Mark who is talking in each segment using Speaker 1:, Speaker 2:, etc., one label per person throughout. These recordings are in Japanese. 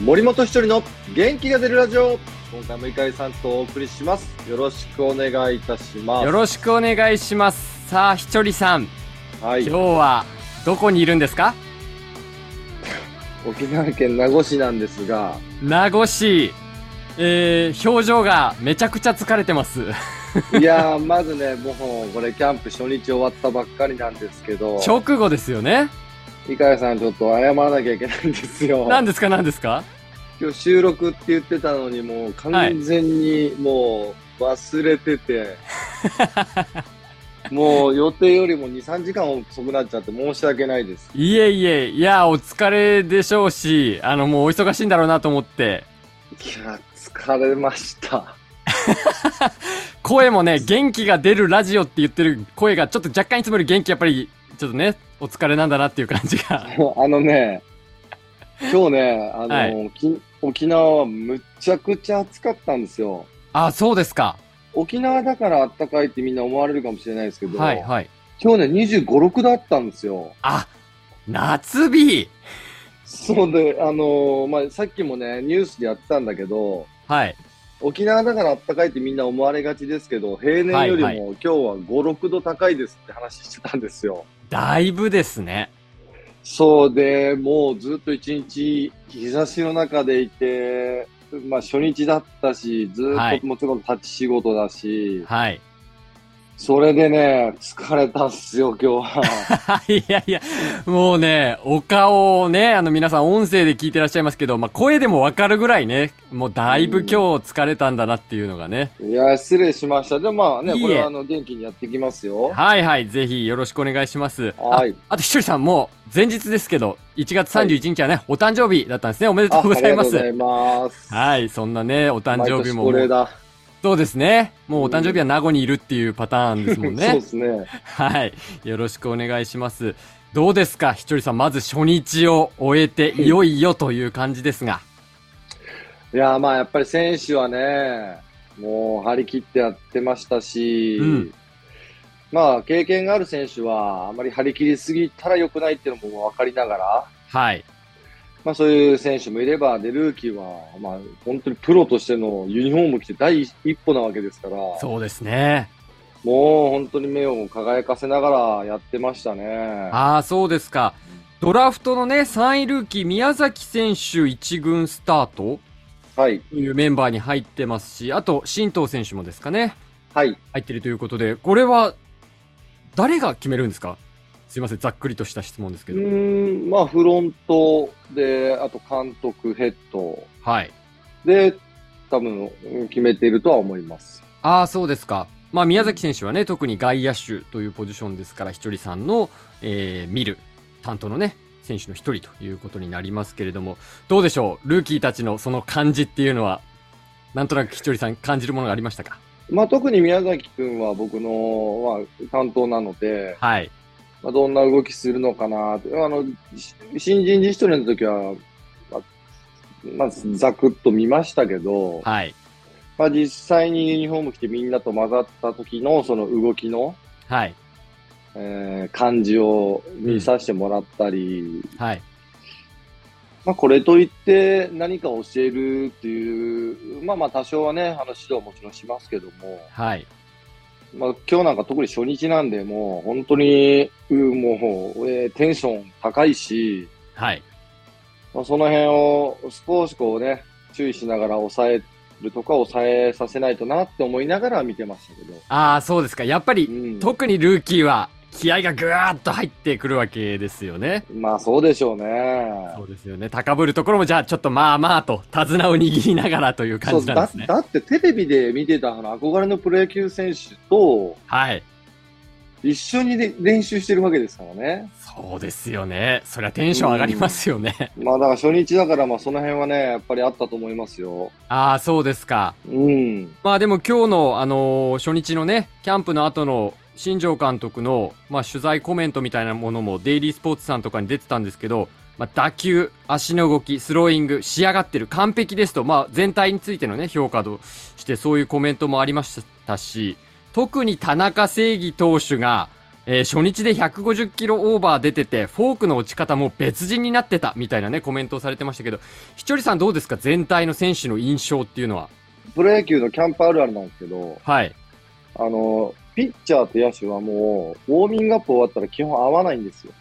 Speaker 1: 森本一人の元気が出るラジオ今回も碇さんとお送りしますよろしくお願いいたします
Speaker 2: よろしくお願いします。さあ、ひちょりさん、
Speaker 1: はい
Speaker 2: 今日はどこにいるんですか
Speaker 1: 沖縄県名護市なんです が
Speaker 2: 名護市。えー、表情がめちゃくちゃ疲れてます。
Speaker 1: いやーまずねもうこれキャンプ初日終わったばっかりなんですけど
Speaker 2: 直後ですよね。
Speaker 1: 碇さんちょっと謝らなきゃいけないんですよ
Speaker 2: 何ですか何ですか
Speaker 1: 今日収録って言ってたのにもう完全にもう忘れてて、 もう予定よりも23時間遅くなっちゃって申し訳ないです
Speaker 2: いえいえ、いや、お疲れでしょうし、あの、もうお忙しいんだろうなと思って、
Speaker 1: いや疲れました
Speaker 2: 声もね、元気が出るラジオって言ってる声が、ちょっと若干いつもより元気、やっぱり、ちょっとね、お疲れなんだなっていう感じが。
Speaker 1: あのね、今日ね、あの、
Speaker 2: はい
Speaker 1: き沖縄はむちゃくちゃ暑かったんですよ。
Speaker 2: あ、そうですか。
Speaker 1: 沖縄だからあったかいってみんな思われるかもしれないですけど、
Speaker 2: はい、はい。
Speaker 1: 今日ね、25、6度あったんですよ。
Speaker 2: あ、夏日
Speaker 1: そうで、あのまあ、さっきもね、ニュースでやってたんだけど、
Speaker 2: はい。
Speaker 1: 沖縄だからあったかいってみんな思われがちですけど、平年よりも
Speaker 2: はいは
Speaker 1: 今日は5、6度高いですって話してたんですよ。
Speaker 2: だいぶですね。
Speaker 1: そうで、もうずっと一日日差しの中でいて、まあ初日だったし、ずっ
Speaker 2: はい
Speaker 1: ともちろん立ち仕事だし、
Speaker 2: はい。
Speaker 1: それでね、疲れたっすよ、今日 は。
Speaker 2: いやいや、もうね、お顔をね、あの皆さん音声で聞いてらっしゃいますけど、まあ、声でもわかるぐらいね、もうだいぶ今日疲れたんだなっていうのがね。
Speaker 1: いや、失礼しました。でもまあね、
Speaker 2: いいえ
Speaker 1: これはあの元気にやっていきますよ。
Speaker 2: はいはい、ぜひよろしくお願いします。
Speaker 1: はい
Speaker 2: ああと、ひとりさん、もう前日ですけど、1月31日はね、お誕生日だったんですね。おめでとうございま
Speaker 1: ありが
Speaker 2: す。
Speaker 1: とうございます。
Speaker 2: はい、そんなね、お誕生日も
Speaker 1: 毎年恒例だ。
Speaker 2: そうですね。もうお誕生日は名護にいるっていうパターンですもん
Speaker 1: そう
Speaker 2: ね
Speaker 1: で。すね。
Speaker 2: はい。よろしくお願いします。どうですかひとりさん、まず初日を終えて、いよいよという感じですが。
Speaker 1: いや、まあやっぱり選手はね、もう張り切ってやってましたし、
Speaker 2: うん
Speaker 1: まあ経験がある選手はあまり張り切りすぎたら良くないっていうのも分かりながら、
Speaker 2: はい。
Speaker 1: まあそういう選手もいれば、で、ルーキーは、まあ本当にプロとしてのユニフォーム着て第一歩なわけですから、もう
Speaker 2: そうですね。
Speaker 1: 本当に目を輝かせながらやってましたね。
Speaker 2: ああ、そうですか。ドラフトのね、3位ルーキー、宮崎選手1軍スタート
Speaker 1: はい、
Speaker 2: というメンバーに入ってますし、あと、新藤選手もですかね。
Speaker 1: はい。
Speaker 2: 入ってるということで、これは、誰が決めるんですかすいません、ざっくりとした質問です
Speaker 1: う
Speaker 2: けど。
Speaker 1: ーん、まあフロントで、あと監督、ヘッド
Speaker 2: はい。
Speaker 1: で、多分うん決めているとは思います。
Speaker 2: ああ、そうですか。まあ、宮崎選手はね、特に外野手というポジションですから、ひとりさんの、えー、見る担当のね、選手の一人ということになりますけれども、どうでしょうルーキーたちのその感じっていうのは、なんとなくひとりさん感じるものがありましたか
Speaker 1: まあ特に宮崎君は僕の、まあ、担当なので、
Speaker 2: はい。
Speaker 1: まあ、どんな動きするのかなって、あの、し新人自主トレの時は、まあ、まあ、ざくっと見ましたけど、
Speaker 2: はい。
Speaker 1: まあ、実際にユニフォーム着てみんなと混ざった時の、その動きの、
Speaker 2: はい。
Speaker 1: えー感じを見させてもらったり、
Speaker 2: はい。
Speaker 1: まあ、これといって何か教えるっていう、まあまあ多少はね、あの指導もちろんしますけども、
Speaker 2: はい。
Speaker 1: まあ、今日なんか特に初日なんで、もう本当に、うんもう、えーテンション高いし、
Speaker 2: はい。
Speaker 1: まあ、その辺を少しこうね、注意しながら抑えるとか抑えさせないとなって思いながら見てましたけど。
Speaker 2: ああ、そうですか。やっぱ
Speaker 1: う
Speaker 2: り、
Speaker 1: ん、
Speaker 2: 特にルーキーは、気合がぐわーっと入ってくるわけですよね。
Speaker 1: まあそうでしょうね。
Speaker 2: そうですよね。高ぶるところも、じゃあ、ちょっとまあまあと、手綱を握りながらという感じなん
Speaker 1: だ
Speaker 2: ですね。
Speaker 1: だってテレビで見てたあの憧れのプロ野球選手と
Speaker 2: はい。
Speaker 1: 一緒にで練習してるわけですからね。
Speaker 2: そうですよね。そりゃテンション上がりますよね。
Speaker 1: まあだから初日だからまあその辺はね、やっぱりあったと思いますよ。
Speaker 2: ああ、そうですか。
Speaker 1: うん。
Speaker 2: まあでも今日の、あのー初日のね、キャンプの後の新庄監督の、まあ取材コメントみたいなものも、デイリースポーツさんとかに出てたんですけど、まあ打球、足の動き、スローイング、仕上がってる、完璧ですと、まあ全体についてのね、評価としてそういうコメントもありましたし、特に田中正義投手が、えー初日で150キロオーバー出てて、フォークの落ち方も別人になってたみたいなね、コメントをされてましたけど、ひとりさんどうですか全体の選手の印象っていうのは。
Speaker 1: プロ野球のキャンプあるあるなんですけど、
Speaker 2: はい。
Speaker 1: あの、ピッチャーと野手はもう、ウォーミングアップ終わったら基本合わないんですよ。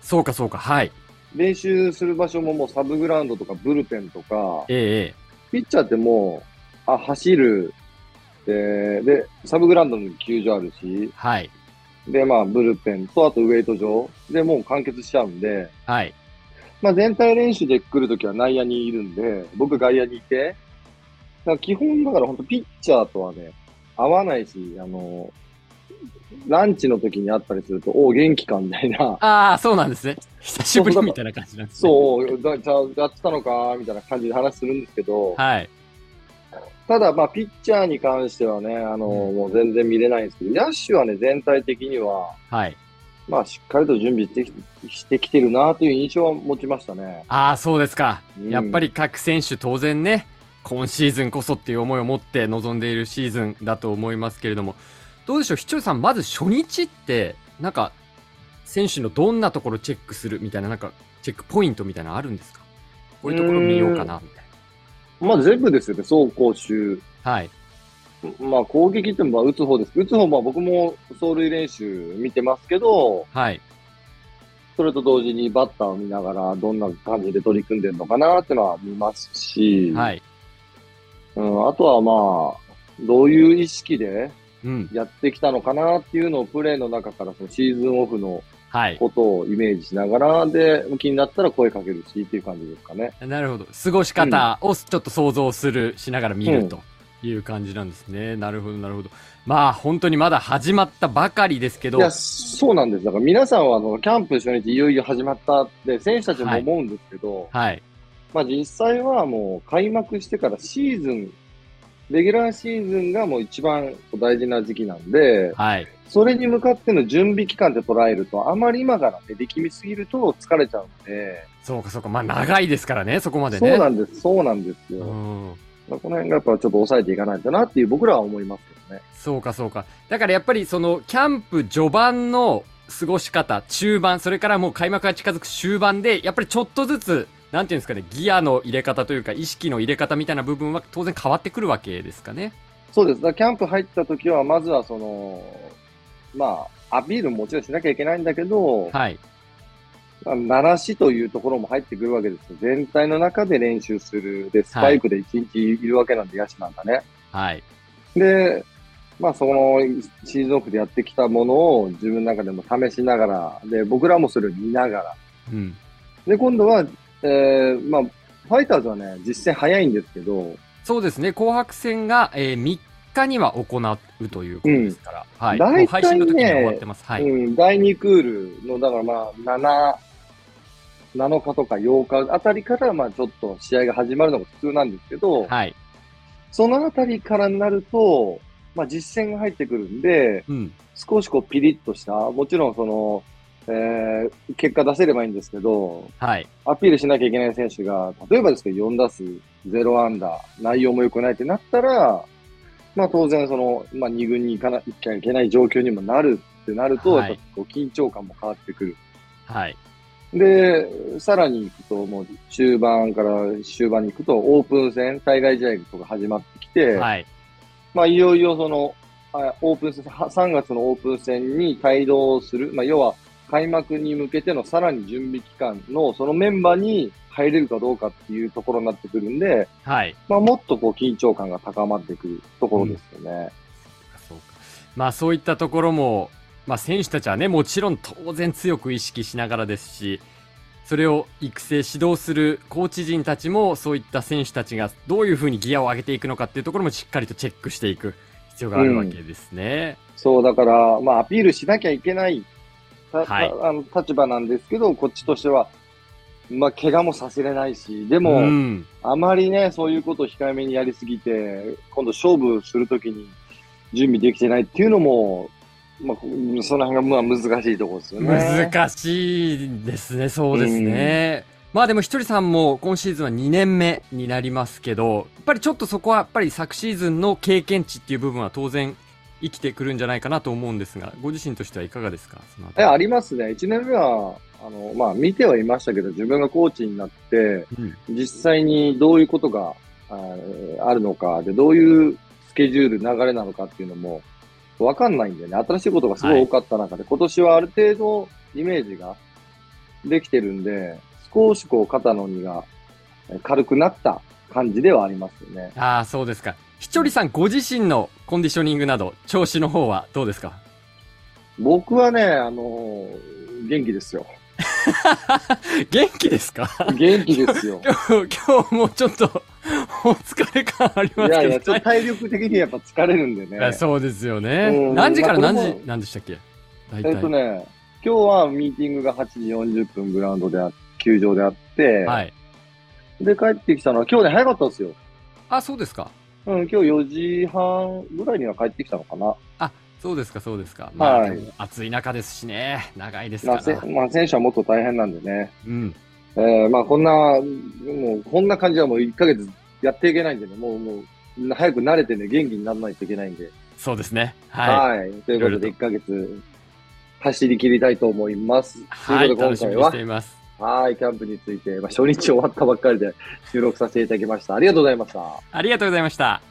Speaker 2: そうかそうか、はい。
Speaker 1: 練習する場所ももうサブグラウンドとかブルペンとか、
Speaker 2: え
Speaker 1: ピッチャーってもう、あ、走る、で、で、サブグラウンドの球場あるし
Speaker 2: え、はい。
Speaker 1: で、まあ、ブルペンと、あとウェイト場でもう完結しちゃうんで、
Speaker 2: はい。
Speaker 1: まあ、全体練習で来るときは内野にいるんで、僕外野にいて、だから基本だから本当ピッチャーとはね、合わないし、あの、ランチの時に会ったりすると、おう元気かみたい な、
Speaker 2: ああ、そうなんですね。久しぶりみたいな感じなんですね。
Speaker 1: そう、だじゃあやってたのかみたいな感じで話するんですけど、
Speaker 2: はい。
Speaker 1: ただ、まあ、ピッチャーに関してはね、あの、もう全然見れないんですけど、野手はね、全体的には、
Speaker 2: はい。
Speaker 1: まあ、しっかりと準備してきしてきてるなという印象は持ちましたね。
Speaker 2: ああ、そうですか。
Speaker 1: うん
Speaker 2: やっぱり各選手当然ね、今シーズンこそっていう思いを持って臨んでいるシーズンだと思いますけれども、どうでしょう、ひちょりさん、まず初日って、なんか、選手のどんなところチェックするみたいな、なんか、チェックポイントみたいなのあるんですかこういうところ見ようかな、みたい
Speaker 1: まあ、全部ですよね、走攻守。
Speaker 2: な。はい。
Speaker 1: まあ、攻撃ってもまあ打つ方です。打つ方も僕も走塁練習見てますけど、
Speaker 2: はい。
Speaker 1: それと同時にバッターを見ながら、どんな感じで取り組んでるのかなってのは見ますし、
Speaker 2: はい。
Speaker 1: うん、あとはまあ、どういう意識で
Speaker 2: うん。
Speaker 1: やってきたのかなっていうのをプレーの中からそのシーズンオフの
Speaker 2: はい。
Speaker 1: ことをイメージしながらで、気になったら声かけるしっていう感じですかね。
Speaker 2: なるほど。過ごし方をちょっと想像する、しながら見るという感じなんですね。なるほど、なるほど。まあ、本当にまだ始まったばかりですけど
Speaker 1: い、や、そうなんです。だから皆さんはあの、キャンプ初日いよいよ始まったって、選手たちも思うんですけど、
Speaker 2: はい。
Speaker 1: まあ実際はもう開幕してからシーズン、レギュラーシーズンがもう一番大事な時期なんで、
Speaker 2: はい。
Speaker 1: それに向かっての準備期間で捉えると、あまり今からね、力みすぎると疲れちゃうんで、
Speaker 2: そうか、そうか。まあ、長いですからね、そこまでね。
Speaker 1: そうなんです、そうなんですよ。
Speaker 2: うん。
Speaker 1: まあこの辺がやっぱちょっと抑えていかないとなっていう僕らは思いますけどね。
Speaker 2: そうか、そうか。だからやっぱり、その、キャンプ序盤の過ごし方、中盤、それからもう開幕が近づく終盤で、やっぱりちょっとずつ、なんていうんですかね、ギアの入れ方というか、意識の入れ方みたいな部分は当然変わってくるわけですかね。
Speaker 1: そうです。だからキャンプ入った時は、まずはその、まあ、アピールももちろんしなきゃいけないんだけど、
Speaker 2: はい。
Speaker 1: まあ鳴らしというところも入ってくるわけですよ。全体の中で練習する。で、スパイクで1日いるわけなんで、野手なんだね。
Speaker 2: はい。
Speaker 1: で、まあ、そのシーズンオフでやってきたものを自分の中でも試しながら、で、僕らもそれを見ながら。
Speaker 2: うん。
Speaker 1: で、今度は、えーまあ、ファイターズはね、実戦早いんですけど、
Speaker 2: そうですね、紅白戦が、えー3日には行うということですから、はい、
Speaker 1: 大体ね
Speaker 2: もう配信の時には終わってます。はい、
Speaker 1: うん、第2クールの、だからまあ、7、7日とか8日あたりから、まあ、ちょっと試合が始まるのが普通なんですけど、
Speaker 2: はい、
Speaker 1: そのあたりからになると、まあ、実戦が入ってくるんで、
Speaker 2: うん、
Speaker 1: 少しこうピリッとした、もちろんその、えー結果出せればいいんですけど、
Speaker 2: はい、
Speaker 1: アピールしなきゃいけない選手が、例えばですけど、4打数0アンダー、内容も良くないってなったら、まあ当然その、まあ2軍に行かなきゃいけない状況にもなるってなると、
Speaker 2: はい
Speaker 1: やっぱこう緊張感も変わってくる。
Speaker 2: はい、
Speaker 1: で、さらに行くと、もう中盤から終盤に行くと、オープン戦、対外試合とか始まってきて、
Speaker 2: はい、
Speaker 1: まあ、いよいよその、あオープン戦、は3月のオープン戦に帯同する、まあ、要は開幕に向けてのさらに準備期間のそのメンバーに入れるかどうかっていうところになってくるんで、
Speaker 2: はい、
Speaker 1: まあ、もっとこう緊張感が高まってくるところですよね。
Speaker 2: そうか。まあそういったところも、まあ選手たちはね、もちろん当然強く意識しながらですし、それを育成、指導するコーチ陣たちも、そういった選手たちがどういうふうにギアを上げていくのかっていうところもしっかりとチェックしていく必要があるわけですね。
Speaker 1: そう、だから、まあ、アピールしなきゃいけない、た
Speaker 2: はい
Speaker 1: たあの立場なんですけど、こっちとしては、まあ、怪我もさせれないし、でも、
Speaker 2: うん
Speaker 1: あまりね、そういうことを控えめにやりすぎて、今度勝負するときに準備できてないっていうのも、まあ、こその辺がまあ難しいところですよね。
Speaker 2: 難しいですね、そうですね。まあでもひとりさんも今シーズンは2年目になりますけど、やっぱりちょっとそこはやっぱり昨シーズンの経験値っていう部分は当然生きてくるんじゃないかなと思うんですが、ご自身としてはいかがですかその
Speaker 1: え、
Speaker 2: 辺り
Speaker 1: ありますね。1年目は、あの、まあ、見てはいましたけど、自分がコーチになって、
Speaker 2: うん
Speaker 1: 実際にどういうことがあーあるのか、で、どういうスケジュール、流れなのかっていうのも、わかんないんでね、新しいことがすごい多かった中で、今年はある程度イメージができてるんで、少しこう肩の荷がえ軽くなった感じではありますよね。
Speaker 2: ああ、そうですか。ひちょりさん、ご自身のコンディショニングなど、調子の方はどうですか
Speaker 1: 僕はね、あのー元気ですよ。
Speaker 2: 元気で すか
Speaker 1: 元気です よ。
Speaker 2: 今日、今日もうちょっと、お疲れ感あり
Speaker 1: い
Speaker 2: ますけど。
Speaker 1: やいや、ちょっと体力的にやっぱ疲れるんでね。
Speaker 2: いやそうですよね。
Speaker 1: うん
Speaker 2: 何時から
Speaker 1: まあ
Speaker 2: 何
Speaker 1: これも
Speaker 2: 時、何でしたっけ大体。
Speaker 1: えっとね、今日はミーティングが8時40分グラウンドであ、球場であって、
Speaker 2: はい。
Speaker 1: で、帰ってきたのは今日ね、早かったんですよ。
Speaker 2: あ、そうですか。
Speaker 1: うん、今日4時半ぐらいには帰ってきたのかな。
Speaker 2: そうですか、そうですか。まあ、
Speaker 1: はい
Speaker 2: でも暑い中ですしね。長いです
Speaker 1: ま
Speaker 2: か
Speaker 1: あ、せ
Speaker 2: ら。
Speaker 1: まあ、選手はもっと大変なんでね。
Speaker 2: うん。
Speaker 1: えー、まあ、こんな、もう、こんな感じはもう1ヶ月やっていけないんでね、もう、もう、早く慣れてね、元気にならないといけないんで。
Speaker 2: そうですね。はい。
Speaker 1: はい。ということで、1ヶ月、走り切りたいと思います。
Speaker 2: はい、
Speaker 1: ということ
Speaker 2: 楽
Speaker 1: で、
Speaker 2: し
Speaker 1: 今
Speaker 2: み
Speaker 1: 回
Speaker 2: にし
Speaker 1: は
Speaker 2: て、います。
Speaker 1: はい、キャンプについて、まあ、初日終わったばっかりで収録させていただきました。ありがとうございました。
Speaker 2: ありがとうございました。